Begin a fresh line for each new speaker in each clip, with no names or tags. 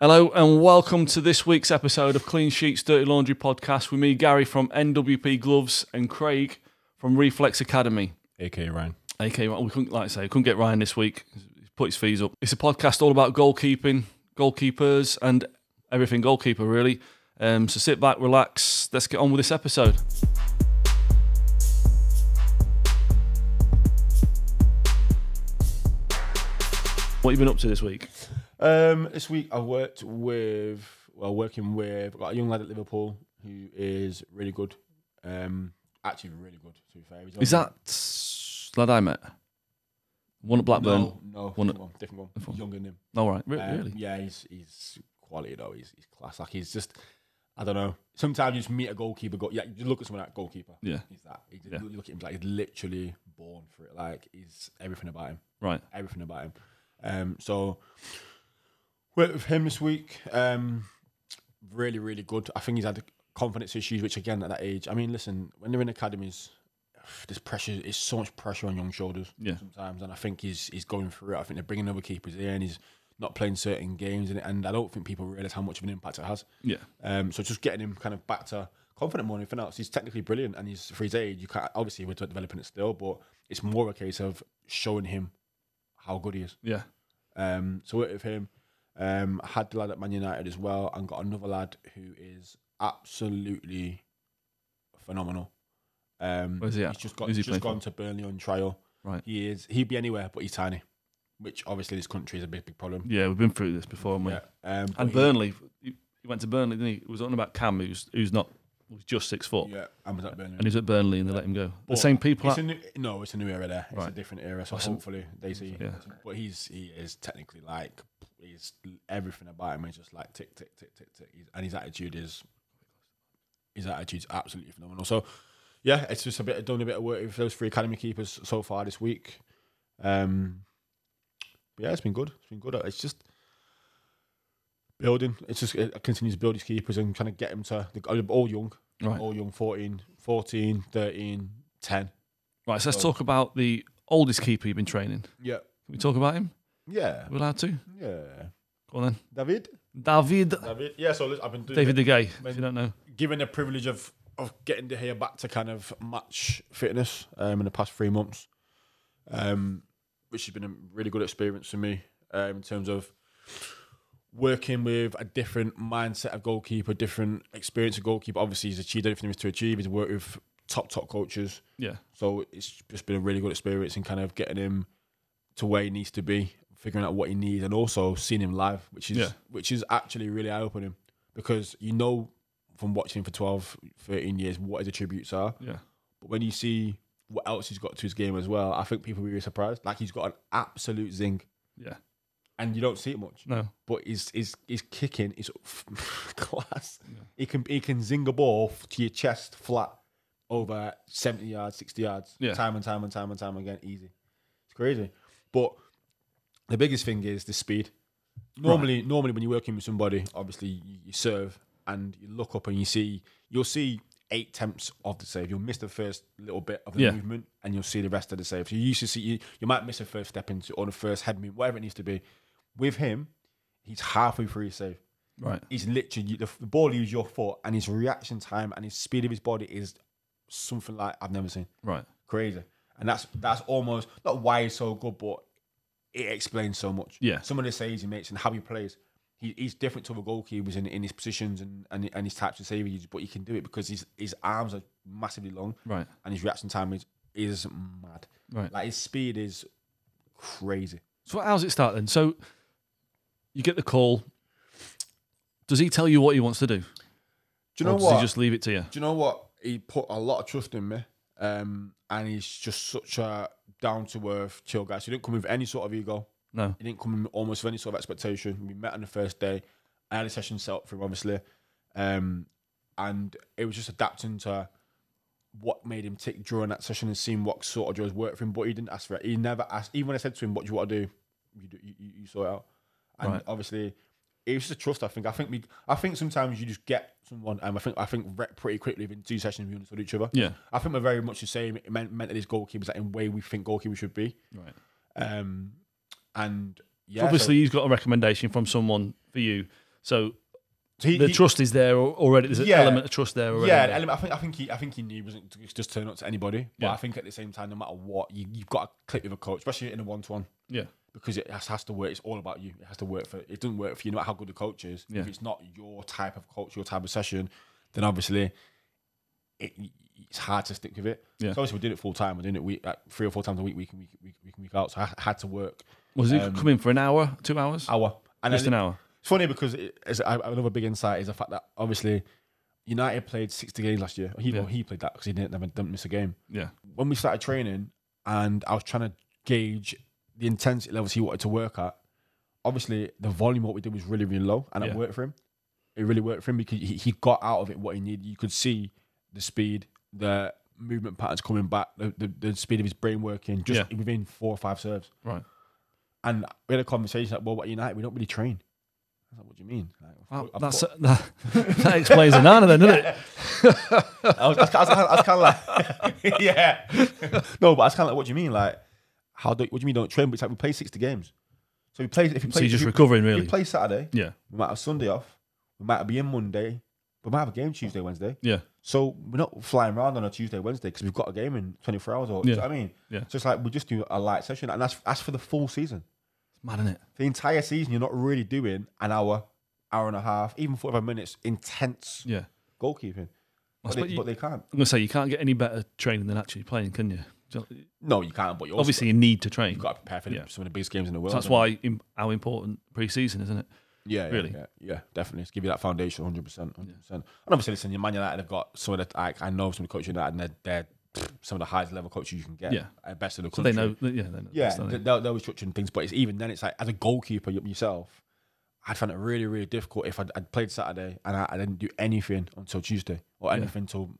Hello and welcome to this week's episode of Clean Sheets Dirty Laundry podcast with me, Gary from NWP Gloves, and Craig from Reflex Academy.
aka Ryan.
AK, well, we couldn't, like I say, we couldn't get Ryan this week. He's put his fees up. It's a podcast all about goalkeeping, goalkeepers, and everything goalkeeper, really. Um, so sit back, relax. Let's get on with this episode. What have you been up to this week?
Um, this week I worked with, well, working with, I've got a young lad at Liverpool who is really good. Um, actually really good. To be fair, He's
Is
on-
that lad I met? One at Blackburn.
No, no,
One-
different one, different one.
different one.
Younger than him.
All right, Re-
Um,
really.
Yeah, he's he's quality though. He's he's class. Like he's just, I don't know. Sometimes you just meet a goalkeeper. Go, yeah, you look at someone like goalkeeper.
Yeah.
He's that. He's,
Yeah.
You look at him like he's literally born for it. Like he's everything about him.
Right.
everything about him. Um, so worked with him this week. Um, really, really good. I think he's had confidence issues, which again at that age, I mean, listen, when they're in academies, there's pressure. It's so much pressure on young shoulders
Yeah.
sometimes, and I think he's he's going through it. I think they're bringing other keepers in. He's not playing certain games, and, and I don't think people realize how much of an impact it has.
Yeah.
Um, so just getting him kind of back to confident more than anything else. He's technically brilliant, and he's for his age. You can't obviously we're developing it still, but it's more a case of showing him how good he is.
Yeah.
Um, so worked with him. Um, I had the lad at Man United as well, and got another lad who is absolutely phenomenal. Um,
Where's he at?
He's just, got,
Who's he
just
playing
gone to Burnley on trial.
Right.
He is. He'd be anywhere, but he's tiny, which obviously this country is a big, big problem.
Yeah. We've been through this before, haven't we?
Yeah. Um, but
And
he-
Burnley, he, he went to Burnley, didn't he? It was on about Cam, who's who's not was just six foot,
Yeah, and was at Burnley.
and he was at Burnley, and they let him go. The
But
same people.
It's
At,
a new, no, it's a new era there. It's a
Right.
different era. So
Awesome.
hopefully they see.
Yeah.
But he's he is technically like he's everything about him is just like tick tick tick tick tick. He's, and his attitude is his attitude's absolutely phenomenal. So yeah, it's just a bit done a bit of work with those three academy keepers so far this week. Um, but yeah, it's been good. It's been good. It's just building. It's just it continues to build his keepers and kind of get him to they're all young,
right.
all young 14, 14, 13, 10.
Right. So let's
Oh.
talk about the oldest keeper you've been training. Can
Yeah.
we talk about him?
Yeah,
Are we allowed to? Go
yeah.
on then.
David,
David.
David. Yeah, so listen, I've been doing
David De Gea. If you don't know.
given the privilege of of getting De Gea back to kind of match fitness um, in the past three months, um, which has been a really good experience for me um, in terms of working with a different mindset of goalkeeper, different experience of goalkeeper. Obviously, he's achieved everything he was to achieve. He's worked with top top coaches.
Yeah.
So it's just been a really good experience in kind of getting him to where he needs to be, figuring out what he needs, and also seeing him live, which is
Yeah.
which is actually really eye opening because you know from watching him for 12, 13 years what his attributes are.
Yeah.
But when you see what else he's got to his game as well, I think people will be surprised. Like he's got an absolute zing.
Yeah.
And you don't see it much,
No.
but his his his kicking is class. He can he can zing a ball to your chest flat over seventy yards, sixty yards,
Yeah.
time and time and time and time again, easy. It's crazy. But the biggest thing is the speed. Normally, normally when you're working with somebody, obviously you, you serve and you look up and you see you'll see eight tenths of the save. You'll miss the first little bit of the
Yeah.
movement and you'll see the rest of the save. So you used to see you, you might miss a first step into or the first head movement, whatever it needs to be. With him, he's halfway through his save.
Right.
He's literally the, the ball is your foot and his reaction time and his speed of his body is something like I've never seen
Right.
crazy. And that's that's almost not why he's so good, but it explains so much.
Yeah.
Some of the saves he makes and how he plays. He, he's different to other goalkeepers in, in his positions and, and, and his types of saves, he uses, but he can do it because his his arms are massively long
Right.
and his reaction time is is mad.
Right.
Like his speed is crazy.
So how's it start then? So you get the call. Does he tell you what he wants to do?
Do
or Oh, does he just leave it to you?
do you know what? He put a lot of trust in me, um, and he's just such a down to earth, chill guy. So he didn't come with any sort of ego.
No.
He didn't come in almost with any sort of expectation. We met on the first day. I had a session set up for him, obviously. Um, and it was just adapting to what made him tick during that session and seeing what sort of drills worked for him. But he didn't ask for it. He never asked. Even when I said to him, What do you want to do? You, do, you, you you sort it out. And
Right.
obviously, it was just a trust, I think. I think we, I think sometimes you just get someone, and I think I think re- pretty quickly within two sessions we understood each other.
Yeah.
I think we're very much the same men- mentally as goalkeepers, like in way we think goalkeepers should be.
Right.
Um, and yeah, so-
Obviously, he's got a recommendation from someone for you. So
So he,
the
he-
trust is there al- already. There's an
Yeah.
element of trust there already.
yeah, element- I think I think he I think he knew he wasn't to just turn up to anybody. But
Yeah.
I think at the same time, no matter what, you, you've got to click with a coach, especially in a one-to-one,
yeah,
because it has, has to work. It's all about you. It has to work for. It doesn't work for you, no matter how good the coach is.
Yeah.
If it's not your type of coach, your type of session, then obviously it, it's hard to stick with it.
Yeah.
So obviously we did it full time. We're doing it week, like three or four times a week, week in week, week, week in week out. So I had to work
Was he
Um,
come in for an hour, two hours,
hour. And
just
then-
an hour?
it's funny because it, as I, another big insight is the fact that obviously United played 60 games last year. He, well,
Yeah.
he played that because he didn't, never, didn't miss a game.
Yeah,
When we started training and I was trying to gauge the intensity levels he wanted to work at, obviously the volume what we did was really, really low and
Yeah.
it worked for him. It really worked for him because he, he got out of it what he needed. You could see the speed, the movement patterns coming back, the, the, the speed of his brain working just within four or five serves.
right.
And we had a conversation like, well, what United, we don't really train. I was like, what do you mean? Like, I've
Wow,
got- I've
that's
got-
that, that explains Anana then, doesn't it?
I was, I was, I was, I was kind of like, yeah. no, but I was kind of like, what do you mean? Like, how do, what do you mean don't train? But it's like we play 60 games. So we play, if
So
you play,
you're
if
just
we-
recovering,
if we
really.
play Saturday,
Yeah,
we might have Sunday off, we might be in Monday, we might have a game Tuesday, Wednesday.
yeah,
So we're not flying around on a Tuesday, Wednesday because we've got a game in 24 hours or, do you
Yeah.
know what I mean?
Yeah.
So it's like we just do a light session and that's, that's for the full season.
it's mad, isn't it?
the entire season you're not really doing an hour, hour and a half, even 45 minutes intense
Yeah.
goalkeeping. But
suppose
they,
you-
but they can't.
I'm gonna say you can't get any better training than actually playing, can you? Do you-
No, you can't. But you obviously
Obviously, you need to train.
you've got to prepare for the-
Yeah.
some of the biggest games in the world.
So that's
and-
why im- how important pre-season, isn't it?
Yeah, yeah,
really.
Yeah, yeah, definitely. It's give you that foundation, 100. percent And obviously, listen, your Man United have got some of the. I, I know some of the coaches United, and they're, they're pff, some of the highest level coaches you can get.
Yeah.
and best in the
So
country.
they know. that- Yeah, they know
Yeah,
that's the
they-
thing.
they'll, they'll be structuring things, but it's even then, it's like as a goalkeeper y- yourself, I'd find it really, really difficult if I'd, I'd played Saturday and I, I didn't do anything until Tuesday or
Yeah.
anything until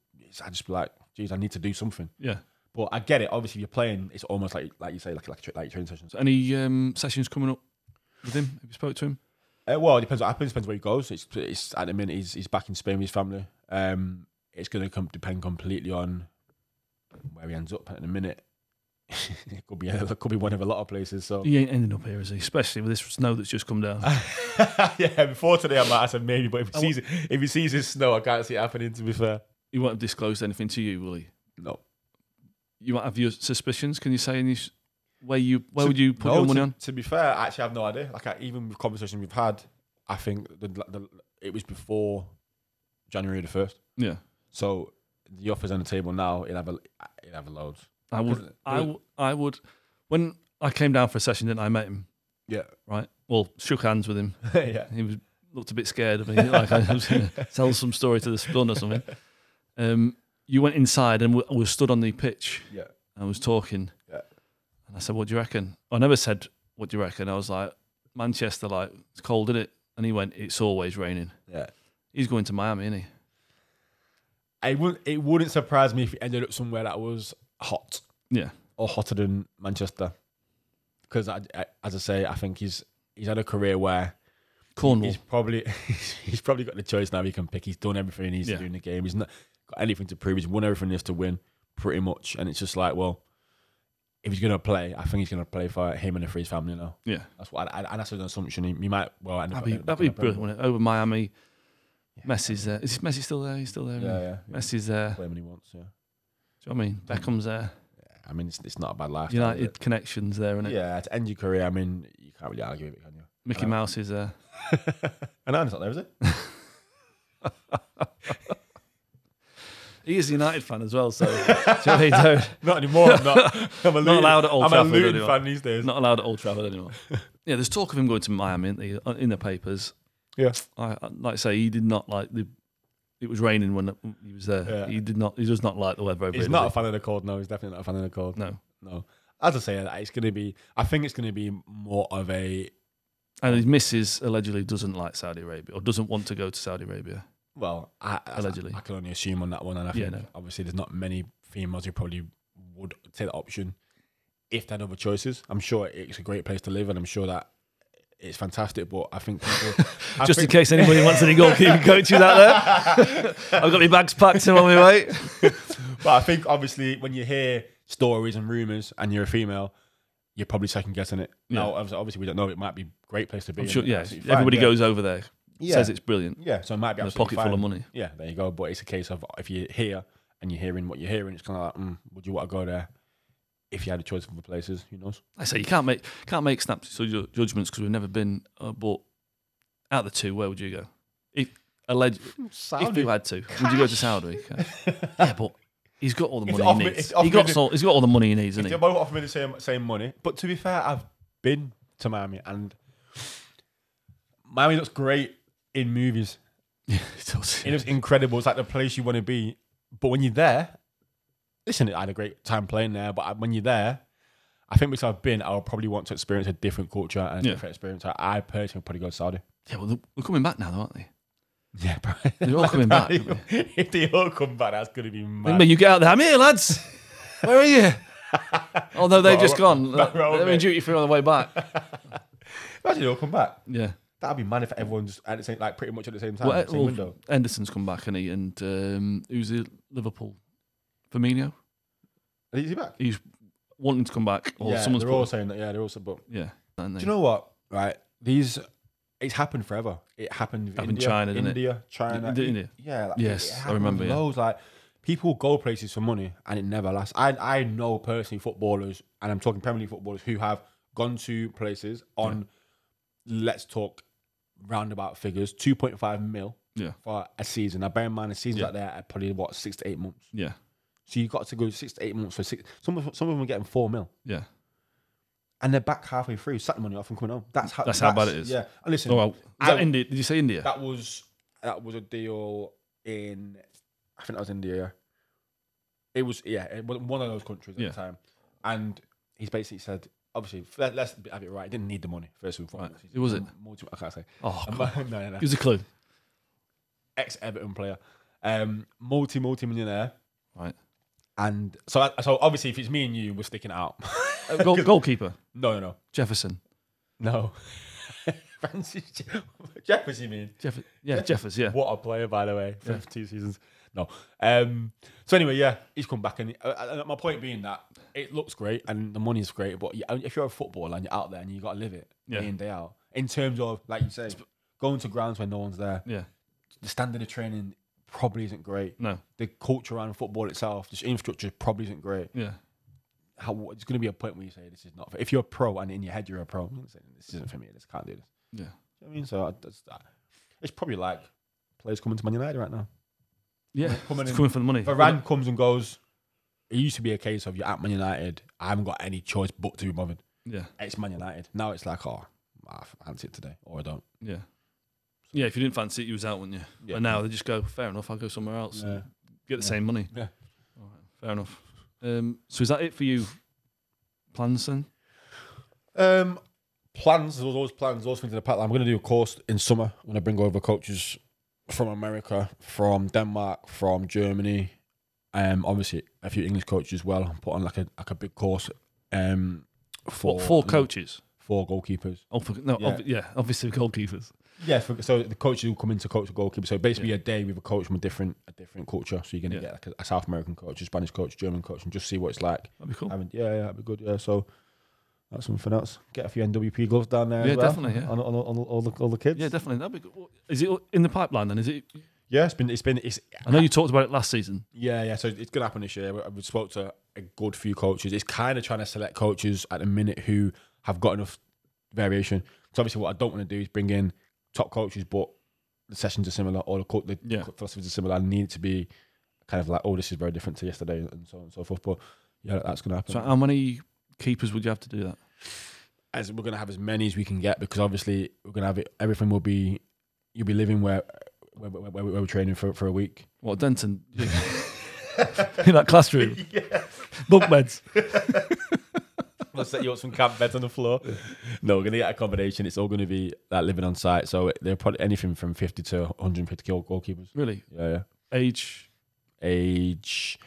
I'd just be like, geez, I need to do something.
yeah.
But I get it. Obviously, you're playing, it's almost like like you say, like like, a tra- like training sessions.
So any um, sessions coming up with him? Have you spoke to him?
Uh, well, it depends what happens, depends where he goes. It's, it's at the minute, he's, he's back in Spain with his family. Um, it's going to com- depend completely on where he ends up at the minute. it could be it could be one of a lot of places. So
He ain't ending up here, is he? Especially with this snow that's just come down.
yeah, before today I might have said maybe, but if he sees it, if he sees his snow, I can't see it happening. To be fair,
He won't have disclosed anything to you, will he?
no.
You might have your suspicions. Can you say any s- where you where
To-
would you put
no,
your money
to,
on?
To be fair, I actually have no idea. Like I, even with conversations we've had, I think the, the it was before January the first.
Yeah,
So the offers on the table now. It'll have a it'll have a load.
I would.
Because-
I, w- I would. When I came down for a session, didn't I? I met him.
Yeah,
Right. Well, shook hands with him.
yeah.
He was looked a bit scared of me, like I was going to tell some story to the spun or something. Um, you went inside and we, we were stood on the pitch.
Yeah.
I was talking.
Yeah.
And I said, "What do you reckon?" I never said, "What do you reckon?" I was like, "Manchester, like it's cold, isn't it?" And he went, "It's always raining."
Yeah.
He's going to Miami, isn't he?
It wouldn't it wouldn't surprise me if it ended up somewhere that was hot.
Yeah.
or hotter than Manchester. Because I, I, as I say, I think he's he's had a career where
Cornwall.
he's probably he's probably got the choice now. He can pick. He's done everything he needs
Yeah.
to do in the game. He's not got anything to prove. He's won everything he has to win, pretty much. And it's just like, well, if he's gonna play, I think he's gonna play for him and for his family now.
yeah.
That's what, I, I, and that's an assumption. He, he might well end
That'd
up.
be,
end up
that'd be
in the Premier
brilliant, wouldn't it? Over Miami.
League.
Messi's there. Is Messi still there? He's still there.
Yeah,
isn't he?
yeah. yeah.
Messi's there.
Play when he wants.
Do
Yeah.
you know what I mean? Beckham's there.
I mean, it's, it's not a bad life.
United connections there, isn't it?
Yeah, to end your career, I mean, you can't really argue with it, can you?
Mickey Mouse is there.
And Anne's not there, is it?
He is a United fan as well, so Johnny don't,
Not anymore. I'm not. I'm a
Not allowed at Old
I'm
Trafford
a Luton
anymore.
fan these days.
not allowed at Old Trafford anymore. Yeah, there's talk of him going to Miami isn't there, in the papers.
Yeah.
I, I- like I say, he did not like the. It was raining when he was there.
Yeah.
He did not. He does not like the weather over
He's
here,
not a
does
fan of the cold. No, he's definitely not a fan of the cold.
he? no,
No. As I say, that it's going to be. I think it's going to be more of a.
and his missus allegedly doesn't like Saudi Arabia or doesn't want to go to Saudi Arabia.
Well, I, I,
Allegedly.
I can only assume on that one, and I
Yeah,
think
no.
obviously there's not many females who probably would take that option if they had other choices. I'm sure it's a great place to live, and I'm sure that it's fantastic. But I think people, I
Just in
think-
case anybody wants any goalkeeping coaches out there, I've got my bags packed and on my way.
But I think obviously when you hear stories and rumors and you're a female, you're probably second guessing it. Now, obviously, obviously we don't know. It might be a great place to be.
I'm
and
sure. Yeah,
absolutely fine,
everybody
yeah.
goes over there
Yeah.
says it's brilliant.
Yeah, so it might be
And a
absolutely
pocket full
fine.
of money.
Yeah, there you go. But it's a case of if you're here and you're hearing what you're hearing, it's kind of like, mm, would you want to go there? If you had a choice of other places, who knows?
I say you can't make can't make snap so ju- judgments because we've never been. Uh, but out of the two, where would you go? If alleged, if you had to, would you go to Saudi? Okay. yeah, but he's got all the
If
money
offer-
he
if
needs.
offer
He got
me-
so, he's got all the money he needs,
If
isn't
they
he?
both offer me the same same money. But to be fair, I've been to Miami and Miami looks great in movies.
Yeah, he does,
It
yeah.
looks incredible. It's like the place you want to be. But when you're there, listen, I had a great time playing there. But I- when you're there, I think because I've been, I'll probably want to experience a different culture and a
Yeah.
different experience. I, I personally would probably go to Saudi.
Yeah, well, they're they're coming back now, though, aren't they?
Yeah, bro.
They're all coming back. aren't they?
if they all come back, that's gonna be mad.
Remember, you get out there. I'm here, lads. Where are you? Although they've just gone,
roll,
they're in
mate.
duty free on the way back.
Imagine they all come back.
Yeah,
That'd be mad if everyone just at the same, like pretty much at the same time,
well,
same
well,
window.
Henderson's come back, and he and um, who's the Liverpool, Firmino.
Is he back?
He's wanting to come back, or
yeah,
someone's
they're
put-
all saying that. Yeah, they're also. But
yeah. And
do
they,
you know what? Right, these it's happened forever. It happened in
Happened in
India,
China, didn't it?
India, China,
Did- didn't it?
Yeah. Like,
Yes, I
happened
remember, yeah.
Loads like people go places for money and it never lasts. I I know personally footballers, and I'm talking Premier League footballers who have gone to places on. Let's talk roundabout figures: two point five mil
Yeah.
for a season. Now, bear in mind, a season
Yeah.
like that are probably what six to eight months.
yeah,
So you got to go six to eight months for six. Some of some of them are getting four mil
yeah.
and they're back halfway through, sat the money off and coming home. That's how
That's how bad it is.
Yeah, and listen,
Oh, well, is that
I-
India? Did you say India?
that was that was a deal in, I think that was India. Yeah. It was yeah, it was one of those countries at
Yeah.
the time, and he's basically said, obviously, let, us have it right. He didn't need the money first and foremost.
Right. Who was it?
Multi- I can't say.
oh, God.
no, no, no.
give us a clue.
Ex Everton player, um, multi multi millionaire,
Right,
and so I- so obviously, if it's me and you, we're sticking out.
Uh, goal, goalkeeper
no, no, no,
Jefferson.
no. Francis Je- Jeffers, you mean?
Jeff, yeah, Jeffers. Yeah,
What a player, by the way, for two seasons. No. Um, so anyway, yeah, he's come back, and, uh, and my point being that it looks great and the money's great, but you- uh, if you're a footballer and you're out there and you got to live it
Yeah.
day in day out, in terms of like you say, going to grounds when no one's there,
yeah.
the standard of training probably isn't great.
No,
The culture around football itself, the infrastructure probably isn't great.
yeah.
How, it's going to be a point where you say this is not. For, if you're a pro and in your head you're a pro, you say, this isn't for me. This can't do this.
Yeah.
You know what I mean, so I, that's, that. it's probably like players coming to Man United right now.
Yeah,
Coming
it's
in.
coming for the money.
Varane comes and goes. It used to be a case of you're at Man United. I haven't got any choice but to be bothered.
Yeah,
It's Man United. Now it's like, oh, I fancy it today, or I don't.
yeah, yeah. If you didn't fancy it, you was out, wouldn't you?
Yeah.
But now they just go, fair enough. I'll go somewhere else and get the
Yeah.
same money.
Yeah.
All right, fair enough. Um, so is that it for you, plans then?
Um, plans. There's always plans. Those things in the pipeline. I'm going to do a course in summer. I'm going to bring over coaches from America, from Denmark, from Germany. Um, obviously a few English coaches as well. Put on like a like a big course. Um, for
What four coaches?
four goalkeepers.
Oh, for, no,
Yeah.
yeah. yeah, obviously goalkeepers.
Yeah, for, so the coaches will come in to coach the goalkeeper. So basically, a day with a coach from a different a different culture. So you're gonna
Yeah.
get like a, a South American coach, a Spanish coach, German coach, and just see what it's like.
That'd be cool.
I mean, yeah, yeah, that'd be good. Yeah, so that's something else. Get a few NWP gloves down there. as
Yeah,
well,
definitely, yeah.
On, on, on all the all the kids.
Yeah, definitely. That'd be good. What- Is it in the pipeline then? Is it?
yeah. It's been it's been it's
I know you talked about it last season.
yeah yeah. So it's gonna happen this year. We, we spoke to a good few coaches. It's kind of trying to select coaches at the minute who have got enough variation. So obviously, what I don't want to do is bring in top coaches, but the sessions are similar or the, co- the
Yeah.
co- philosophies are similar. I need it to be kind of like, oh, this is very different to yesterday, and so on and so forth. But yeah, that's going to happen.
So uh, how many keepers would you have to do that?
as we're going to have as many as we can get because obviously we're going to have it. Everything will be you'll be living where where, where, where we're training for for a week.
What Denton? in that classroom, bunk beds.
I'll set you up some camp beds on the floor. No, we're going to get accommodation. It's all going to be like living on site. So they're probably anything from 50 to 150 goal- goalkeepers.
Really,
Yeah, yeah.
age.
age.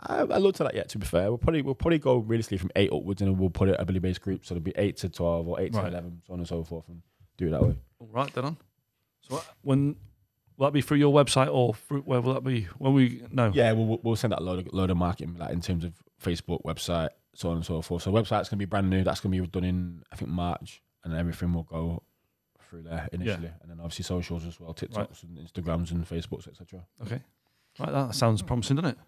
I, I looked at that yet. To be fair, we'll probably we'll probably go realistically from eight upwards, and then we'll put it a Billy based group, so it'll be eight to twelve or eight to
Right.
eleven, so on and so forth, and do it that way.
All right, dead on. So what- when will that be through your website or through, where will that be? When we no.
Yeah, we'll we'll- we'll send out a load of load of marketing like in terms of Facebook website, so on and so forth. So website's gonna be brand new. That's gonna be done in I think March, and everything will go
through there initially, and then obviously socials as well, TikToks and Instagrams and Facebooks, etc.
Okay. Right, that sounds promising, doesn't it?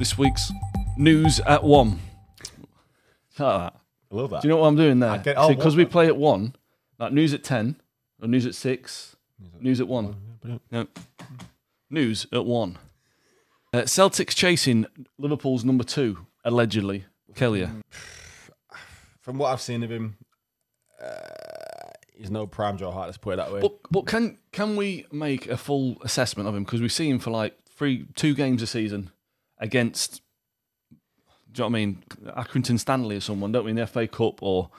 This week's news at one. Like that.
I love that.
Do you know what I'm doing there?
I get- oh,
because we
what-
play at one, like news at ten, or news at six, news at one. No, news at one. Uh, Celtics chasing Liverpool's number two allegedly. Kelly,
Mm. From what I've seen of him, uh, he's no prime Joe Hart. Let's put it that way.
but but can can we make a full assessment of him because we see him for like three two games a season against. Do you know what I mean? Accrington Stanley or someone, don't we? In the FA Cup or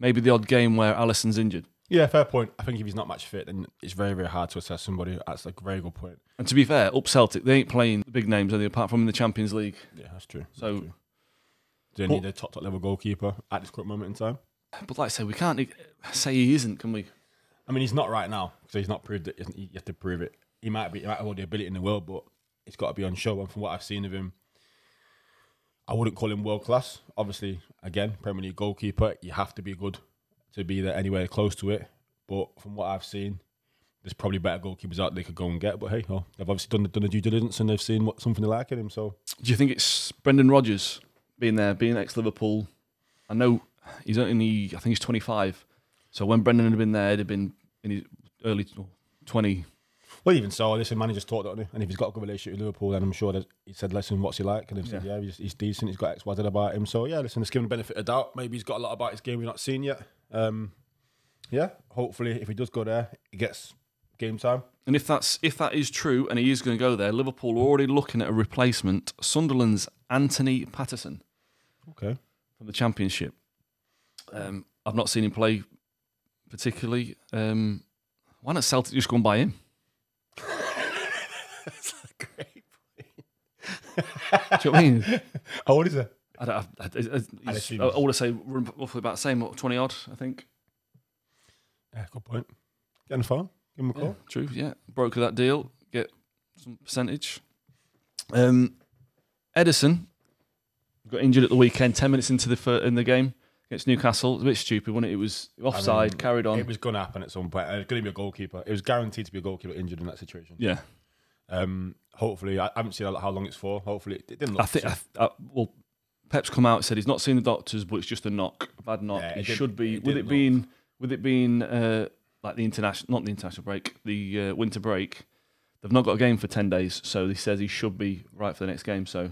maybe the odd game where Allison's injured.
yeah, fair point. I think if he's not match fit, then it's very, very hard to assess somebody. That's a very good point.
And to be fair, up Celtic, they ain't playing the big names, are they? Apart from in the Champions League.
Yeah, that's true. That's
So,
true. do they need a top top level goalkeeper at this current moment in time?
but like I say, we can't ig- say he isn't, can we?
I mean, he's not right now, so he's not proved it. You have to prove it. He might be, he might have all the ability in the world, but it's got to be on show. And from what I've seen of him, I wouldn't call him world class. Obviously, again, Premier League goalkeeper, you have to be good to be there anywhere close to it. But from what I've seen, there's probably better goalkeepers out they could go and get. But hey, oh, they've obviously done the, done the due diligence and they've seen what something they like in him. So
Do you think it's Brendan Rodgers being there, being ex-Liverpool? I know he's only, I think he's 25. So when Brendan had been there, he'd have been in his early 20.
Well, even so, listen, managers talk, don't they? And if he's got a good relationship with Liverpool, then I'm sure that he said, listen, what's he like? And they've said, yeah, he's, he's decent. He's got X, Y, Z about him. So, yeah, listen, let's give him the benefit of doubt. Maybe he's got a lot about his game we've not seen yet. Um, yeah, hopefully, if he does go there, he gets game time.
And if that's if that is true, and he is going to go there, Liverpool are already looking at a replacement. Sunderland's Anthony Patterson.
Okay.
from the championship. Um, I've not seen him play particularly. Um, why not Celtic just go and buy him?
Great.
Do you know what I mean?
How old is he?
I, don't, I, I, I,
I'd
he's-
assume
I,
he's-
want to say we're roughly about the same, what, 20 odd, I think.
Yeah, good point. Get on the phone. Give him a call.
True, yeah. Broker that deal, get some percentage. Um, Edison got injured at the weekend, 10 minutes into the fir- in the game against Newcastle. It was a bit stupid, wasn't it? It was offside, carried on.
It was going to happen at some point. It was going to be a goalkeeper. It was guaranteed to be a goalkeeper injured in that situation.
yeah.
Um, hopefully, I I haven't seen how long it's for. Hopefully, it didn't look
I think, I, I, well, Pep's come out and said he's not seen the doctors, but it's just a knock, a bad knock.
Yeah, it
it
did-
should be
it
with
did
it
look.
being with it being uh, like the international, not the international break, the uh, winter break. They've not got a game for ten days, so he says he should be right for the next game. So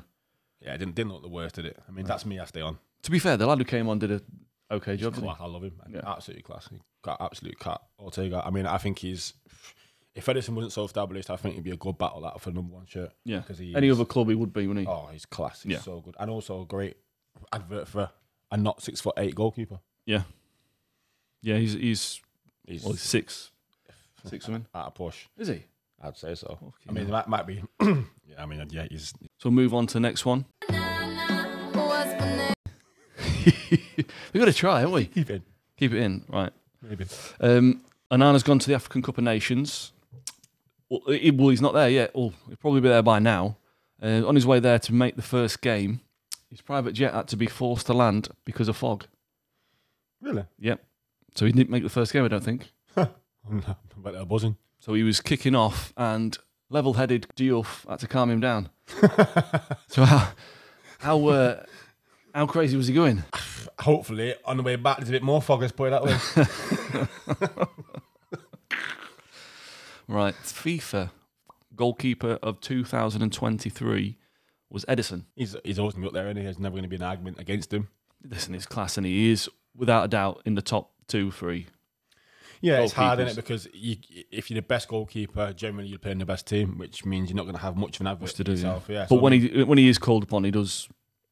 Yeah, it didn't didn't look the worst, did it? I mean, that's me. I stay on.
to be fair, the lad who came on did a okay job. Didn't he?
Class, I love him.
Yeah.
Absolutely class. He Got absolute cat. Ortega. I mean, I think he's. If Edison wasn't so established, I think he'd be a good battle out for number one shirt.
Yeah,
Because he
any
is-
other club he would be, wouldn't he?
Oh, he's class. He's
Yeah.
so good, and also a great advert for a not six foot eight goalkeeper.
Yeah, yeah, he's he's,
He's
well, he's six, six something.
out of push.
Is he?
I'd say so. I mean, that might be. yeah, I mean, yeah, he's.
So we'll move on to the next one. We've got to try, haven't we?
Keep it.
Keep it in, right?
Maybe.
Um, Anana's gone to the African Cup of Nations. Well, he- well, he's not there yet. Well, he'll probably be there by now. Uh, on his way there to make the first game, his private jet had to be forced to land because of fog.
Really?
Yep. So he didn't make the first game, I don't think.
but they're buzzing.
So he was kicking off, and level-headed Diouf had to calm him down. so how how uh, how crazy was he going?
Hopefully, on the way back, there's a bit more fog. Let's put it that way.
Right, FIFA goalkeeper of 2023 was Edison.
he's he's always gonna be up there, and there's never going to be an argument against him.
listen, he's class, and he is without a doubt in the top two, three.
Yeah, it's hard,
goalkeepers.
is it? Because you, if you're the best goalkeeper, generally you're playing the best team, which means you're not going to have much of an average
to do, yeah.
yourself. Yeah.
But when he when he is called upon, he does.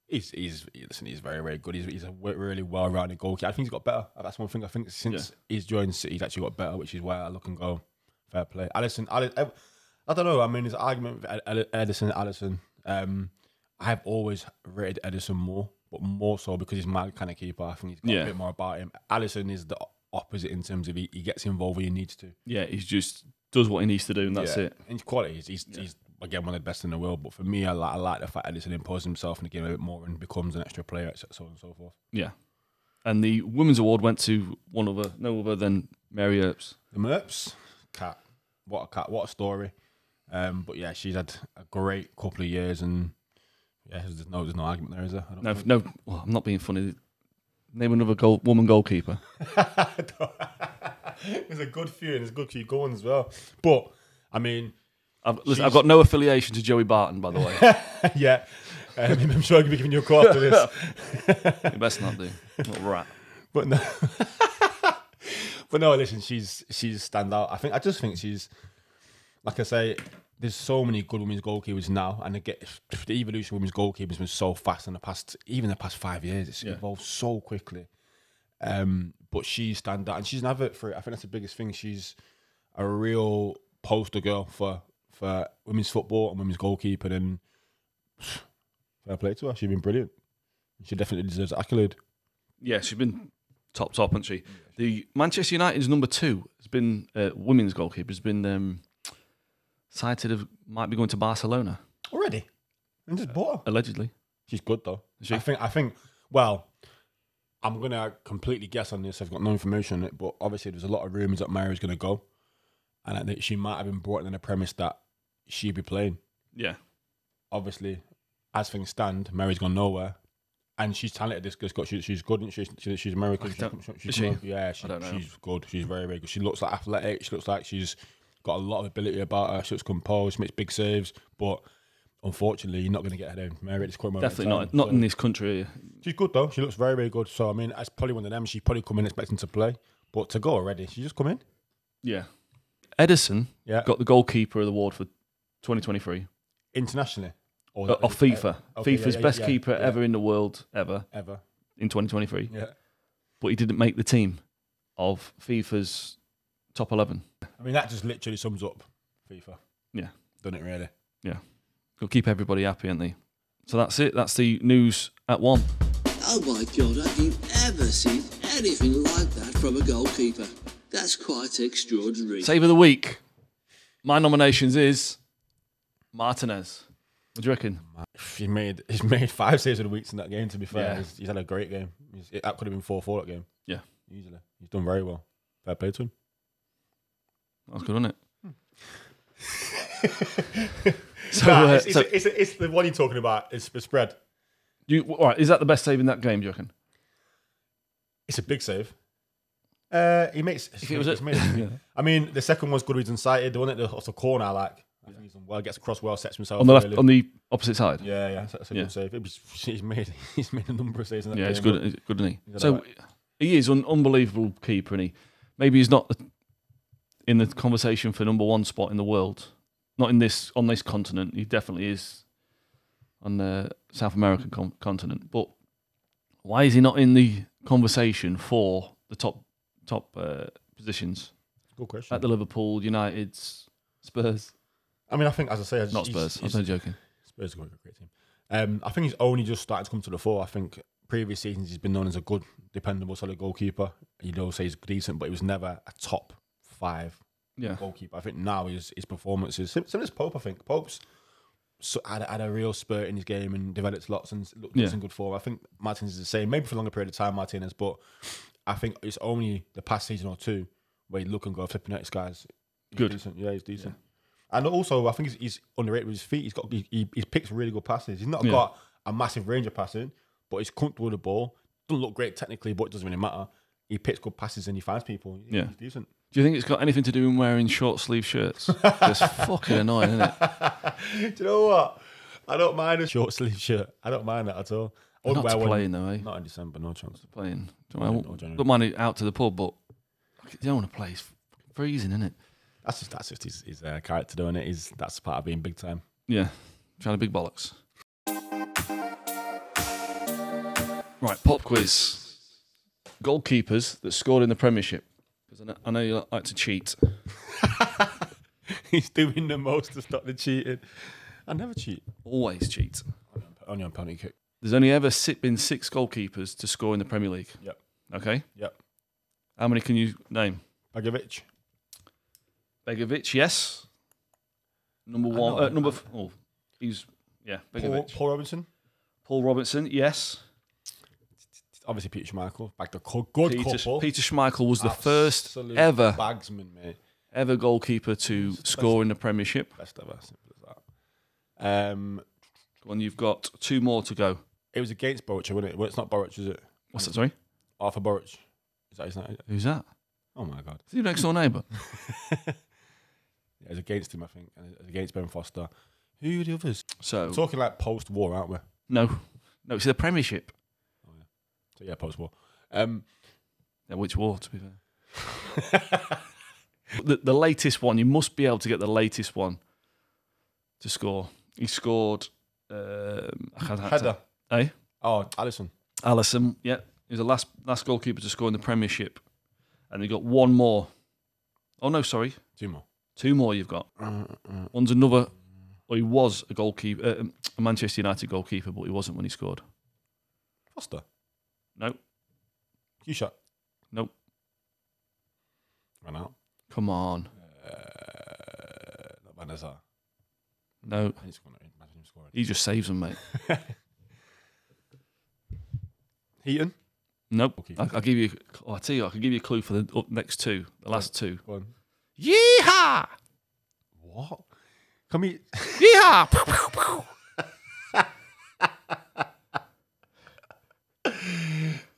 he's, he's he- listen, he's very very good. He's, he's a w- really well-rounded goalkeeper. I think he's got better. That's one thing I think since he's joined City, he's actually got better, which is why I look and go, fair play, Allison. Ali- I, I don't know. I mean, his argument with Ed- Edison, Allison. Um, I have always rated Edison more, but more so because he's my kind of keeper. I think he's got
Yeah.
a bit more about him. Allison is the o- opposite in terms of he, he gets involved when he needs to.
Yeah, he's just does what he needs to do, and that's
Yeah.
it.
And his quality, he's, he's, he's again one of the best in the world. But for me, I like, I like the fact that he imposes himself in the game a bit more and becomes an extra player, so so on and so forth.
Yeah. and the women's award went to one other, no other than Mary Earps.
The Merps, cat, what a cat, what a story. Um, but yeah, she's had a great couple of years, and yeah, there's no, there's no argument there, is there? I don't
No, no, well, I'm not being funny. Name another goal, woman goalkeeper.
think. there's a good few, and there's a good few going as well. But I mean,
I've, listen, I've got no affiliation to Joey Barton, by the way.
yeah, um, I'm sure I could be giving you a call after this.
you best not do. What a rat.
But no, but no. Listen, she's she's stand out. I think I just think she's like I say. There's so many good women's goalkeepers now, and they get, the evolution of women's goalkeepers has been so fast in the past, even the past five years. It's
Yeah.
evolved so quickly. Um, but she stand out, and she's an advocate for it. I think that's the biggest thing. She's a real poster girl for for women's football and women's goalkeeping, and fair play to her. She's been brilliant. She definitely deserves an accolade.
Yeah, she's been top top, hasn't she? The Manchester United's number two has been uh, women's goalkeeper has been um, cited of might be going to Barcelona
Already? And just bought her.
allegedly.
She's good though.
she?
I think. I think. Well, I'm gonna completely guess on this. I've got no information on it, but obviously there's a lot of rumors that Mary's gonna go, and I think she might have been brought in on the premise that she'd be playing.
Yeah,
Obviously, as things stand, Mary's gone nowhere, and she's talented. This girl's got. She, she's good. And she's she, she's American.
I
She's,
don't-
she's,
is she?
good. Yeah, she,
don't know.
she's good. She's very very good. She looks like athletic. She looks like she's got a lot of ability about her. She looks composed. She makes big saves, but. Unfortunately, you're not going to get her there, Mary. At this current moment in
definitely not
time.
not
So-
in this country.
She's good though. She looks very, very good. So I mean, that's probably one of them. She's probably come in expecting to play, but to go already, she just come in.
Yeah, Edison
Yeah,
got the goalkeeper of the award for 2023
internationally or
uh, off FIFA.
okay,
FIFA's
yeah, yeah,
best
yeah,
keeper
yeah.
ever in the world ever
ever.
in 2023,
Yeah,
but he didn't make the team of FIFA's top 11.
I mean that just literally sums up FIFA.
Yeah.
done it really.
Got keep everybody happy, ain't they? So that's it. That's the news at one.
Oh my god, have you ever seen anything like that from a goalkeeper? That's quite extraordinary.
Save of the week. My nominations is Martinez. What do you reckon?
He made he's made five saves of the weeks in that game. To be fair,
Yeah.
he's, he's had a great game. He's, it, that could have been four four that game.
Yeah.
easily. He's done very well. Fair play to him.
That was good, wasn't it? so,
Hmm. Nah,
uh,
it's, it's,
so
it's, it's, the one you're talking about. It's the spread.
you, all right, is that the best save in that game, do you reckon?
It's a big save. Uh, he makes.
If it was a,
he's made-
yeah.
I mean, the second one's good. He's incited. The one at the also corner, I like. I think he's done well. Gets across well, sets himself
on the left,
really.
on the opposite side. Yeah,
yeah, yeah, that's a
Yeah.
good save. It was, he's made he's made a number of saves. In that
it's
game,
good, it's good, isn't he?
He's had a
So he is an unbelievable keeper, and he maybe he's not in the conversation for number one spot in the world. Not in this on this continent. He definitely is on the South American con- continent. But why is he not in the conversation for the top top uh, positions
but- Good question.
at the Liverpool, United's, Spurs?
I mean, I think as I say, I just-
Not
he's-
Spurs.
he's-
I'm not joking.
Spurs are going to be a great team. Um, I think he's only just starting to come to the fore. I think previous seasons he's been known as a good, dependable, solid goalkeeper. You know, say he's decent, but he was never a top five
Yeah,
goalkeeper. I think now his his performances sim- similar to Pope. I think Pope's so, had, had a real spurt in his game and developed lots and looked
Yeah.
in good form. I think Martinez is the same, maybe for a longer period of time, Martinez. But I think it's only the past season or two where you look and go flipping out this guy's he's
Good.
decent. Yeah, he's decent. And also, I think he's, he's underrated with his feet. He's got he, he, he picks really good passes. He's not
Yeah.
got a massive range of passing, but he's comfortable with the ball. Doesn't look great technically, but it doesn't really matter. He picks good passes and he finds people. He-
Yeah.
he's decent.
do you think it's got anything to do with wearing short sleeve shirts? It's fucking annoying, isn't it?
Do you know what? I don't mind a short sleeve shirt. I don't mind that at all.
Not
I wouldn't
to
wear
play
one.
though, eh?
Not in December, no chance.
playing. Do
No,
I
no,
want,
generally.
don't mind it out to the pub, but I don't want to play. It's freezing, isn't it?
That's just that's just his, his uh, character doing it. Is that's part of being big time.
Yeah, trying to big bollocks. Right, pop quiz. Goalkeepers that scored in the Premiership. Because I know, I know you like to cheat.
He's doing the most to stop the cheating. I never cheat.
Always cheat.
Only on penalty kick.
There's only ever si- been six goalkeepers to score in the Premier League.
Yep.
Okay.
Yep.
How many can you name?
Bagovic.
Begovic, yes. Number
I
one.
know.
Uh, number. F- oh, he's yeah.
Paul,
Begovic.
Paul Robinson.
Paul Robinson, yes.
obviously Peter Schmeichel bagged a co- good
Peter,
couple.
Peter Schmeichel was the first
Absolute
ever
bagsman, mate.
ever goalkeeper to score in the Premiership.
Best ever, simple as that. Um,
Go on, you've got two more to go.
it was against Borich, wasn't it? Well, it's not Borich, is it?
What's that? Sorry,
Arthur Borich. Is that his name?
who's that?
Oh my god.
Is he your next door neighbour?
Yeah, it was against him, I think, and it was against Ben Foster. Who are the others?
So
We're talking like post-war, aren't we?
no, no, it's the Premiership.
So yeah, post-war. Um,
Yeah, which war? To be fair, the, the latest one. You must be able to get the latest one to score. He scored. Um, I can't
Header.
Eh?
Oh, Allison.
Allison. Yeah, he was the last last goalkeeper to score in the Premiership, and he got one more. Oh no, sorry,
Two more.
Two more you've got. One's another. Well, he was a goalkeeper, uh, a Manchester United goalkeeper, but he wasn't when he scored.
Foster.
No,
You shot.
no,
Ran out.
come on,
Uh, not Van der Sar.
no.
He's gonna imagine him scoring.
He just saves them, mate.
Heaton.
Nope.
Okay.
I, I'll give you. Oh, I tell you, I can give you a clue for the up next two, the last two.
Go on.
Yeehaw!
What? Come here.
Yeehaw! Pew, pew, pew.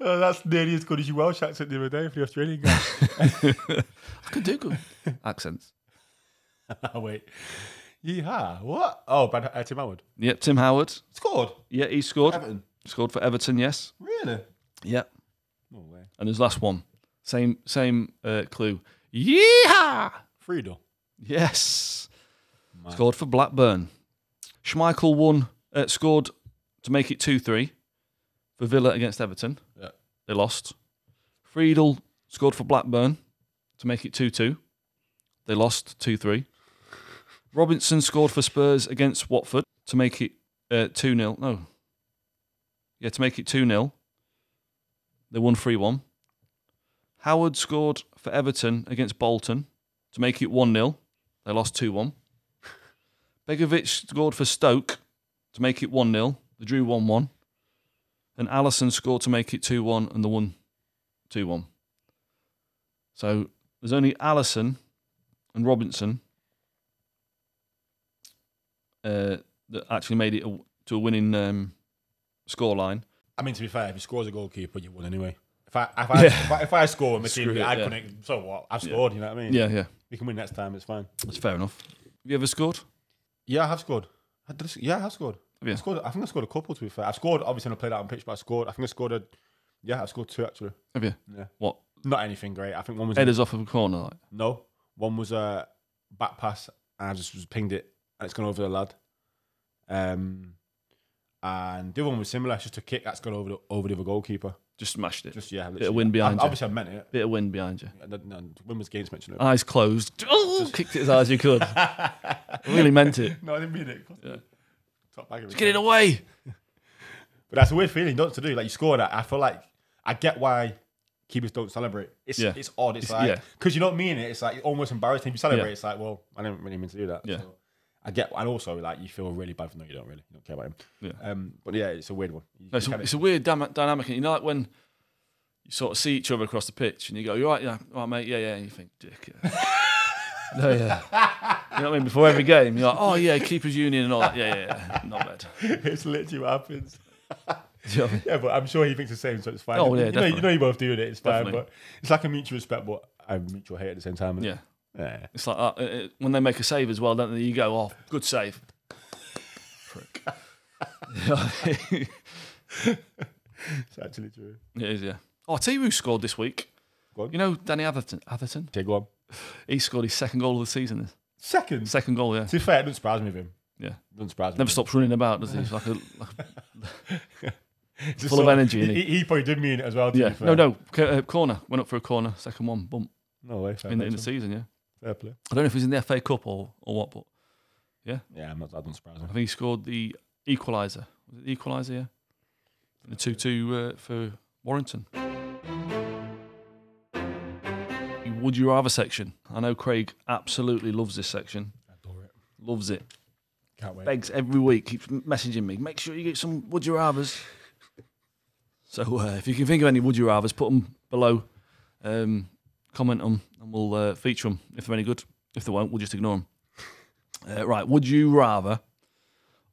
Oh, that's nearly as good as your Welsh accent the other day for the Australian guy.
I can do good accents.
oh, wait. Yeehaw. What? Oh, but uh, Tim Howard.
Yep, Tim Howard.
Scored.
Yeah, he scored.
Everton.
Scored for Everton. Yes.
Really?
Yep.
No way.
And his last one. Same same uh, clue. Yeehaw!
Friedel.
Yes. Scored for Blackburn. Schmeichel won, uh, scored to make it 2 3 for Villa against Everton.
Yeah.
They lost. Friedel scored for Blackburn to make it 2 2. They lost 2 3. Robinson scored for Spurs against Watford to make it 2 0. No. Yeah, to make it 2 0. They won 3 1. Howard scored for Everton against Bolton to make it 1 0. They lost 2 1. Begovic scored for Stoke to make it 1 0. They drew 1 1. And Allison scored to make it 2 1 and they won 2 1. So there's only Allison and Robinson uh, that actually made it a, to a winning um, scoreline.
I mean, to be fair, if you score as a goalkeeper, you win anyway. If I if I, if, I if I score and the team,
Screw it,
I
yeah.
couldn't. So what? I've scored. You know what I mean?
Yeah, yeah.
We can win next time. It's fine.
That's fair enough. Have you ever scored?
Yeah, I have scored. I did, yeah, I have scored.
Have you?
I scored. I think I scored a couple. To be fair, I've scored. Obviously, when I played out on pitch, but I scored. I think I scored a. Yeah, I scored two actually.
Have you?
Yeah.
What?
Not anything great. I think one was
Headers off of a corner? Like?
no. One was a back pass, and I just, just pinged it, and it's gone over the lad. Um, and the other one was similar. It's just a kick that's gone over the over the other goalkeeper.
Just smashed it.
Just yeah,
Bit of
literally.
wind behind you.
Obviously, I meant it.
Bit of wind behind you.
And then- and When was Gaines mentioned it?
eyes closed. Oh, kicked it as hard as you could. really meant it.
No, I didn't mean it. Top bag of it.
Get it away.
But that's a weird feeling, don't to do. Like you score that, I feel like I get why keepers don't celebrate. It's
Yeah.
it's odd. It's,
It's-
like
yeah.
because you don't mean it. It's like almost embarrassing. If you celebrate,
Yeah.
it's like well, I didn't really mean to do that.
Yeah.
So I get, and also like you feel really bad for no, you don't really, you don't care about him.
Yeah.
Um, but yeah, it's a weird one. You
No, it's, a,
kinda-
it's a weird dyna- dynamic. You know, like when you sort of see each other across the pitch and you go, "You're right, yeah, all right, mate, yeah, yeah." And you think, "Dick." Yeah. no, yeah. You know what I mean? Before every game, you're like, "Oh yeah, keepers union and all that." Yeah, yeah, yeah. not bad.
it's literally what happens.
Do you know what I mean?
Yeah, but I'm sure he thinks the same, so it's fine.
Oh, yeah,
you, know, you
definitely.
know, you both doing it. It's fine,
Definitely.
but it's like a mutual respect, but a mutual hate at the same time. isn't
Yeah,
it? yeah.
it's like that. Uh, uh, when they make a save as well, don't they? You go, "Oh, good save." Prick. You know what I mean?
It's actually true.
it is, yeah. Oh, I tell you who scored this week.
Go on.
You know, Danny Atherton. Atherton.
Okay, go on.
He scored his second goal of the season.
Second.
Second goal, yeah.
To be fair, it doesn't surprise me with him.
Yeah.
Doesn't surprise me.
Never
with him.
stops running about, does he? He's like a, like a-
Just
full of
sort
energy, isn't
He,
he?
he probably did mean it as well. To
yeah.
be fair.
No, no. c- Uh, corner went up for a corner, second one, bump
no way. Fair,
in, the-
play,
in the
son.
season. Yeah.
fair play.
I don't know if it was in the FA Cup or, or what, but
Yeah, I'm not. That doesn't surprise me.
I think he scored the equaliser. Was it the equaliser? Yeah. And the two-two uh, for Warrington. Would you rather section? I know Craig absolutely loves this section.
Adore it.
Loves it.
Can't wait.
Begs every week. Keeps messaging me. Make sure you get some would you rather's. So uh, if you can think of any would you rather's, put them below, um, comment them, and we'll uh, feature them if they're any good. If they won't, we'll just ignore them. Uh, right, would you rather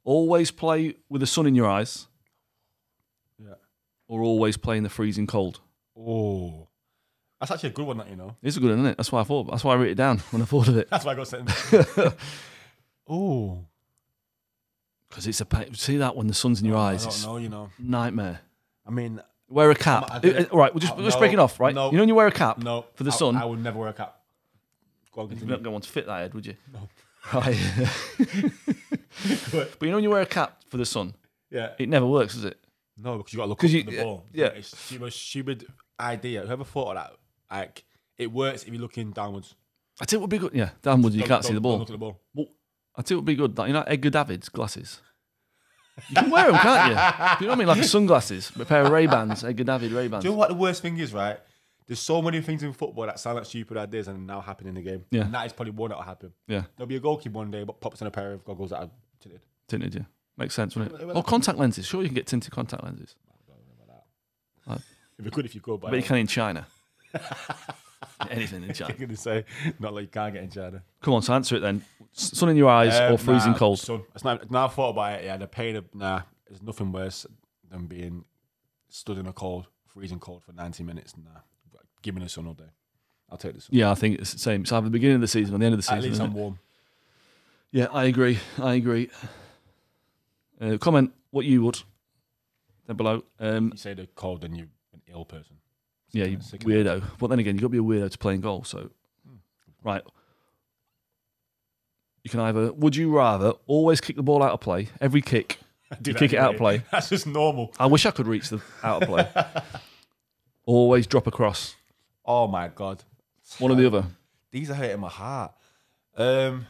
always play with the sun in your eyes
Yeah.
or always play in the freezing cold?
Oh, that's actually a good one, that you know.
It's a good one, isn't it? That's why I thought. That's why I wrote it down when I thought of it.
That's why I got sent. oh,
Because it's a pa- see that when the sun's in your eyes,
I
it's
don't know, you know.
nightmare.
I mean,
Wear a cap.
I
All
did it.
right, we'll just
Uh,
let's
no,
break it off. Right,
no.
you know when you wear a cap
no,
for the
I-
sun.
I would never work out. Go on,
You're
continue.
not going to want to fit that head, would you? No. Right. but you know when you wear a cap for the sun,
Yeah,
it never works, does it?
no, because you got to look
'Cause
up
you-
for the ball.
yeah.
it's the most stupid idea. Whoever thought of that, like, it works if you're looking downwards.
I think it would be good. Yeah, downwards you
Don't-
can't see
don't-
the
don't
ball.
Look at the ball.
Well, I think it would be good. That you know Edgar Davids glasses. You can wear them, can't you? Do you know what I mean? Like sunglasses, a pair of Ray Bans, Edgar David Ray Bans.
Do you know what the worst thing is, right? There's so many things in football that sound like stupid ideas and now happen in the game.
Yeah.
And that is probably one that'll happen.
Yeah,
There'll be a goalkeeper one day, but pops in a pair of goggles that are tinted.
tinted. Yeah, makes sense, wouldn't it? Or contact lenses. Sure, you can get tinted contact lenses,
It'd be good if you could, but
but you can in China. Anything in China.
I'm gonna say not like you can't get in China.
Come on, so answer it then. S- Sun in your eyes or freezing
nah,
cold?
Son, it's not. Now I thought about it. Yeah, the pain of nah. There's nothing worse than being stood in a cold, freezing cold for 90 minutes. Nah, give me the sun all day. I'll take this.
Yeah, I think it's the same. It's either the beginning of the season or the end of the season.
At least
isn't it?
I'm warm.
Yeah, I agree. I agree. Uh, comment what you would down below. Um,
You say the cold, then you're an ill person.
yeah, you
Sick of it. Hmm.
weirdo. But then again, you've got to be a weirdo to play in goal. So, right. You can either, would you rather always kick the ball out of play, every kick?
Do
You
that
kick it out of
anyway.
play.
That's just normal.
I wish I could reach the out of play. always drop across.
Oh my god,
One or the other.
these are hurting my heart. Um,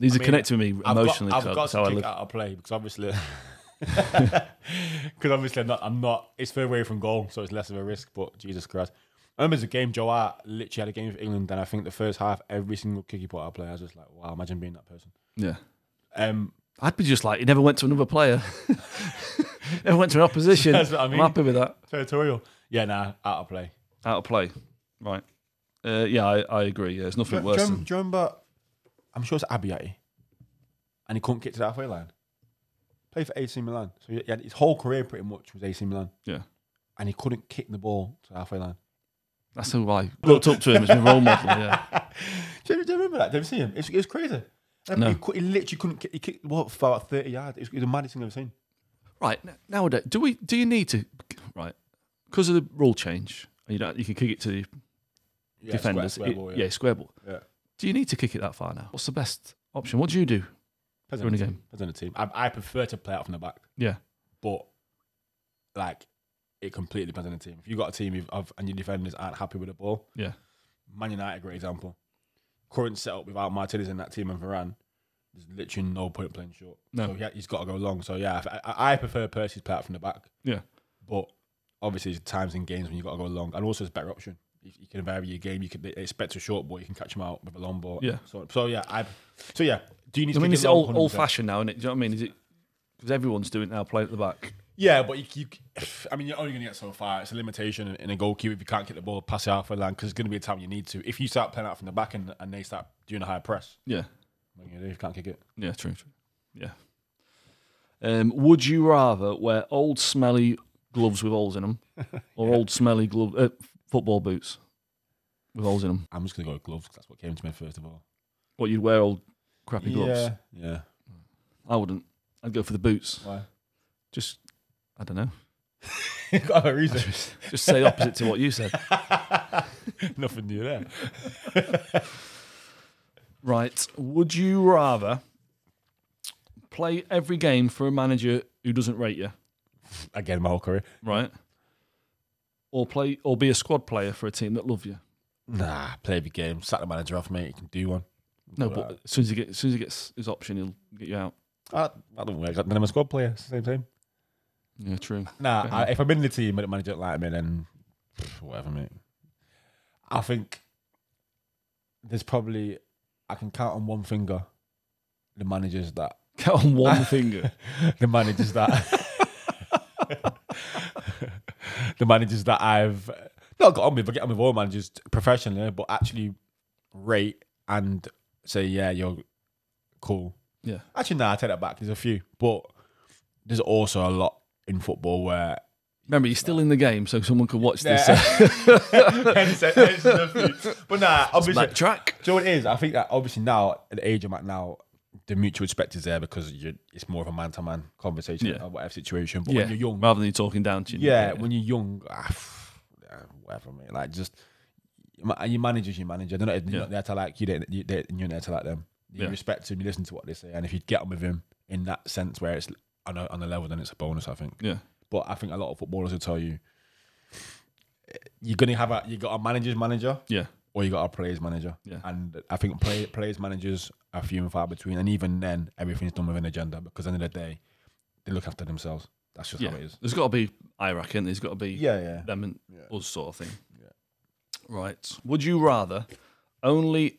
These
I
are
mean,
connecting with me
I've got-
emotionally.
I've
so
got,
that's how I
to kick
live.
out of play because obviously, because obviously I'm not, I'm not. It's further away from goal, so it's less of a risk. But Jesus Christ, I remember there's a game Joe Hart literally had a game for England, and I think the first half, every single kick he put out of play, I was just like, wow, imagine being that person.
Yeah.
Um,
I'd be just like, he never went to another player. never went to an opposition.
That's what I mean.
I'm happy with that.
territorial, yeah, nah, out of play.
Out of play. Right. Uh, yeah, I, I agree. Yeah, there's nothing
Do you,
worse
rem-
than.
do you remember? I'm sure it's Abiyati, and he couldn't get to the halfway line. Played for AC Milan, so he he had, his whole career pretty much was AC Milan,
Yeah.
and he couldn't kick the ball to the halfway line.
That's who I looked up to him as my role model. Yeah.
Do you, do you remember that? Did you see him? It's, it's crazy. Um,
No.
He, cou- he literally couldn't. ki- He kicked the ball for about thirty yards. It was, it was the maddest thing I've seen.
Right. n- Nowadays, do we? Do you need to? Right. Because of the rule change, you know, you can kick it to the
Yeah,
defenders. It- yeah, square ball.
Yeah.
Do you need to kick it that far now? What's the best option? What do you do?
Depends
During
on the
the
team. Depends on the team. I, I prefer to play out from the back,
Yeah.
but like it completely depends on the team. If you have got a team you've- of, and your defenders aren't happy with the ball,
Yeah.
Man United, great example. Current setup without Martinez in that team and Varane, there's literally no point playing short.
No.
So he, he's got to go long. So yeah, I, I I prefer Percy's play out from the back.
Yeah.
But obviously, there's times in games when you've got to go long, and also it's a better option. You, you can vary your game. You can they expect a short ball. You can catch them out with a long ball.
Yeah.
So, so yeah, I. So yeah, do you need?
I
to
mean,
kick
it's
it long?
old,
100%?
old fashioned now, isn't it? Do you know what I mean? Is it? Because everyone's doing it now, playing at the back.
Yeah, but you, you, I mean, you're only going to get so far. It's a limitation in, in a goalkeeper if you can't get the ball past the halfway line because it's going to be a time you need to. If you start playing out from the back and, and they start doing a high press,
Yeah.
what are you gonna do if you can't kick it.
Yeah, true, true. Yeah. Um, would you rather wear old smelly gloves with holes in them, or old smelly glove uh, football boots with holes in them?
I'm just going to go with gloves 'cause that's what came to me first of all.
What you'd wear old crappy gloves?
Yeah.
I wouldn't. I'd go for the boots.
Why?
Just I don't know.
got a reason.
Just say opposite to what you said.
Nothing new there.
Right. Would you rather play every game for a manager who doesn't rate you,
Again, my whole career.
right? Or play or be a squad player for a team that love you?
Nah, play every game. Sack the manager off, mate. You can do one.
No,
Well,
but as soon as he gets as soon as he gets his option, he'll get you out.
I, I don't work. Then I'm a squad player. It's the same thing.
Yeah, true.
Nah, I, if I'm in the team and the manager don't like me, then pff, whatever, mate. I think there's probably I can count on one finger the managers that
Get on one finger.
the managers that the managers that I've not got on with, but get on with all managers professionally, but actually rate and say, yeah, you're cool.
Yeah.
Actually, no, I take that back. There's a few, but there's also a lot in football where
Remember, you're still in the game, so someone could watch this uh,
Hence- hence the few. but nah, obviously,
back track.
Do you know what it is? I think that obviously now, at the age I'm at now, the mutual respect is there because you it's more of a man to man conversation
Yeah.
or whatever situation. But
Yeah,
when you're young,
rather than you talking down to you.
yeah, when you're young, ah, pff, yeah, whatever, mate. Like just ma- your manager's your manager. They're not, you're
Yeah.
not there to like you. They're, you- they're- you're there to like them. You
Yeah.
respect him. You listen to what they say, and if you get on with him in that sense, where it's on a, on a level, then it's a bonus. I think.
yeah,
But I think a lot of footballers will tell you you're gonna have a you got a manager's manager
yeah,
or you got a players manager.
Yeah.
And I think play, players managers are few and far between. And even then, everything's done with an agenda because at the end of the day, they look after themselves. That's just
yeah.
how it is.
There's got to be hierarchy, and there's got to be
Yeah, yeah.
them and us sort of thing. Right. Would you rather only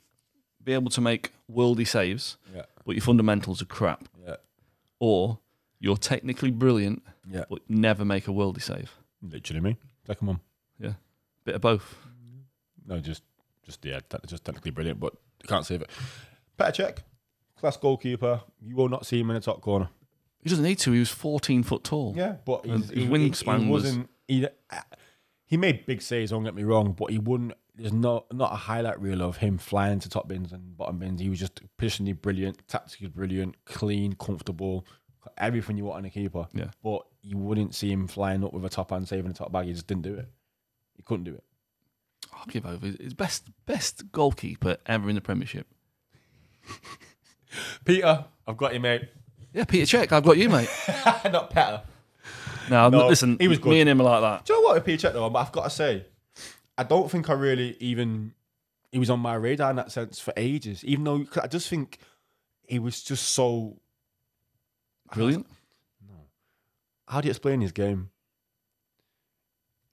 be able to make worldy saves,
Yeah.
but your fundamentals are crap,
Yeah.
or you're technically brilliant,
Yeah.
but never make a worldy save?
Literally me. Second one.
Bit of both.
No, just just yeah, te- just technically brilliant, but you can't save it. Petacek, class goalkeeper. You will not see him in the top corner.
He doesn't need to. He was 14 foot tall.
Yeah, but
And
he's,
his
he,
wingspan
he, he
was-
wasn't. He, he made big saves. Don't get me wrong, but he wouldn't. There's not not a highlight reel of him flying to top bins and bottom bins. He was just positionally brilliant, tactically brilliant, clean, comfortable, everything you want in a keeper.
Yeah.
But you wouldn't see him flying up with a top hand saving a top bag. He just didn't do it. He couldn't do it.
I'll give over. He's best best goalkeeper ever in the Premiership.
Peter, I've got you, mate.
Yeah, Peter Check, I've got you, mate.
not Peter.
No,
No,
listen,
he was good.
me and him are like that.
Do you know what with Peter Cech though? I've got to say, I don't think I really even he was on my radar in that sense for ages. Even though 'cause I just think he was just so.
Brilliant.
How do you explain his game?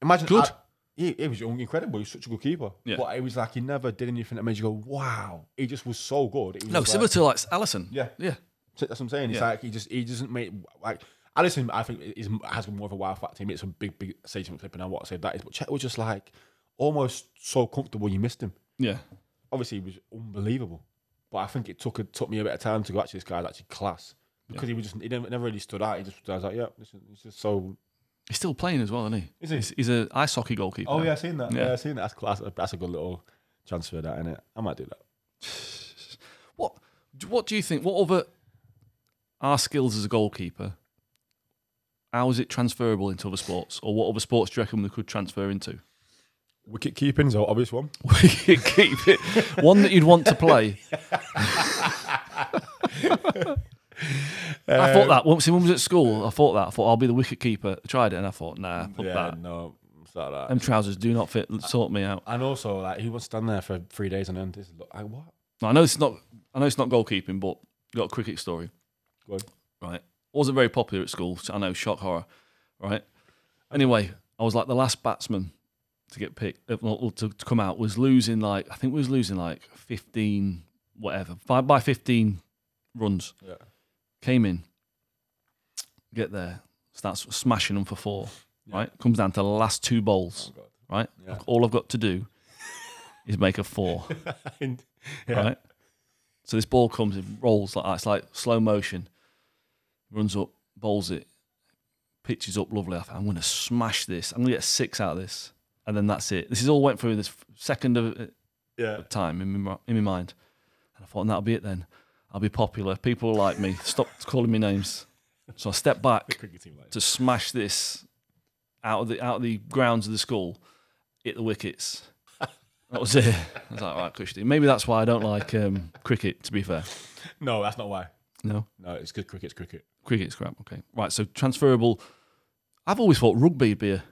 Imagine
Good.
I- he, he was incredible. He was such a good keeper.
Yeah.
But it was like he never did anything that made you go, "Wow!" He just was so good. It was
No,
like-
similar to like Allison.
Yeah.
Yeah.
So that's what I'm saying. It's
Yeah.
like he just he doesn't make like Allison. I think is has more of a wow factor. He makes some big big statement flipping and what I said that is. But Chet was just like almost so comfortable you missed him.
Yeah.
Obviously, he was unbelievable. But I think it took it took me a bit of time to go. Actually, this guy's actually class because he was just he never, never really stood out. He just I was like, yeah, this is, it's just so.
He's still playing as well, isn't he?
Is he?
He's, he's a ice hockey goalkeeper.
Oh
now.
yeah, I seen that.
Yeah.
Yeah, I seen that. That's class. That's a good little transfer that in it. I might do that.
What d- What do you think? What other our skills as a goalkeeper? How is it transferable into other sports, or what other sports do you reckon we could transfer into?
Wicket keeping's an obvious one.
Wicket keeping, one that you'd want to play. I thought that. Once when I was at school, I thought that. I thought I'll be the wicket keeper. I tried it, and I thought, nah, fuck
yeah,
that.
no, it's not that.
Them trousers do not fit. Sort me out.
And also, like, he was stand there for three days and then this. Look, I what?
Now, I know it's not. I know it's not goalkeeping, but I've got a cricket story.
Go on.
Right, wasn't very popular at school. So I know, shock horror. Right. Anyway, I was like the last batsman to get picked uh, well, to, to come out was losing like I think we was losing like fifteen whatever five by fifteen runs.
Yeah.
Came in, get there, starts smashing them for four. Right, comes down to the last two
Oh,
bowls. right, all I've got to do is make a four
And-
right? So this ball comes, it rolls like that. It's like slow motion. Runs up, bowls it, pitches up lovely. I thought, I'm going to smash this. I'm going to get a six out of this. And then that's it. This is all went through this second of uh,
yeah.
of time in my, in my mind. And I thought, that'll be it then. I'll be popular. People will like me. Stop calling me names. So I stepped back
Cricket team like
to smash this out of the out of the grounds of the school, hit the wickets. That was it. I was like, right, Christy. Maybe that's why I don't like um, cricket. To be fair,
No, that's not why.
no,
No, it's because cricket's cricket.
cricket's crap. Okay, right. So transferable. I've always thought rugby'd be a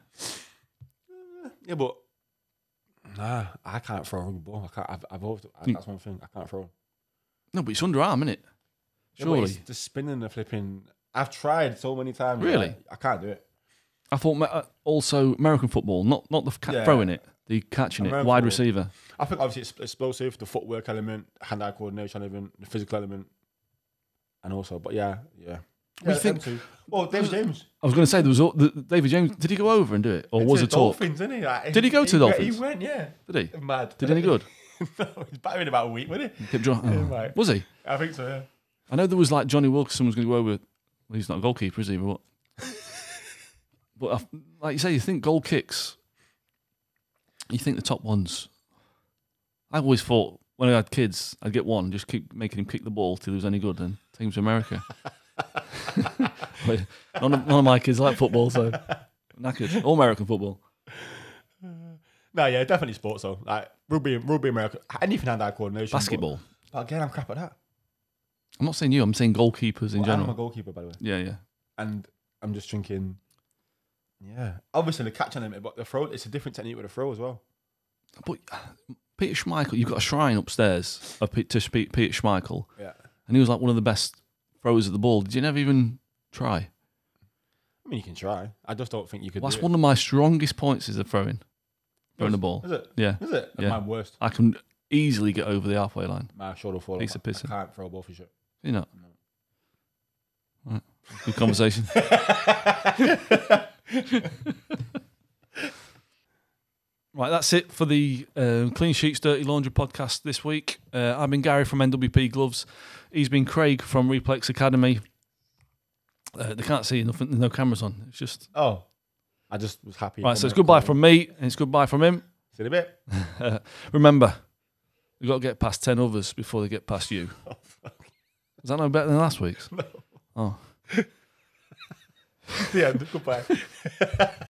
Yeah, but nah, I can't throw a rugby ball. I can't. I've, I've always,
Hmm.
that's one thing. I can't throw.
no, but it's underarm, isn't it?
Yeah, but it's
Surely.
the spinning, the flipping. I've tried so many times.
Really?
like, I can't do it.
I thought ma- uh, also American football, not not the ca-
Yeah.
throwing it, the catching it,
American
wide
football.
receiver.
I think obviously it's explosive, the footwork element, hand-eye coordination element, the physical element, and also, but yeah, yeah.
What do you think?
Well, David James.
I was going to say there was all, the, David James. Did he go over and do it, or was
to
a talk?
Dolphins, didn't he? Like,
Did he go to the
went-
Dolphins?
He went, yeah.
Did he?
Mad.
Did any good?
no, he's back in about a week, wasn't he?
Kept drawing. oh.
right.
Was he?
I think so, yeah.
I know there was like Johnny Wilkinson was going to go over. Well, he's not a goalkeeper, is he? But what? but I, like you say, you think goal kicks. You think the top ones. I always thought when I had kids, I'd get one, just keep making him kick the ball till he was any good, and take him to America. But none, of, none of my kids like football, so knackered. All American football.
No, yeah, definitely sports though. Like rugby, rugby America, anything hand eye coordination. but-
Basketball.
But, again, I'm crap at that.
I'm not saying you. I'm saying goalkeepers in
Well, I'm a
general.
goalkeeper, by the way,
Yeah, yeah.
and I'm just thinking, yeah. Obviously, the catch on him, but the throw, it's a different technique with the throw as well.
But Peter Schmeichel, you've got a shrine upstairs of Pe- to Pe- Peter Schmeichel,
Yeah.
and he was like one of the best throwers of the ball. Did you never even try?
I mean, you can try. I just don't think you could.
Well,
do
that's
it.
one of my strongest points is the throwing, throwing the ball.
Is it?
Yeah,
Is it?
Yeah.
My worst.
I can easily get over the halfway line.
My shoulder fall.
Piece
off.
of piss.
I can't throw a ball for shit.
You know. Right. Good conversation. right, that's it for the uh, Clean Sheets Dirty Laundry podcast this week. Uh, I've been Gary from NWP Gloves. He's been Craig from Replex Academy. Uh, they can't see nothing. There's no cameras on. It's just
Oh, I just was happy.
right. So it's goodbye from me, and it's goodbye from him.
See you in a bit.
Remember, you've got to get past 10 others before they get past you. Is that no better than last week's?
the end. Goodbye.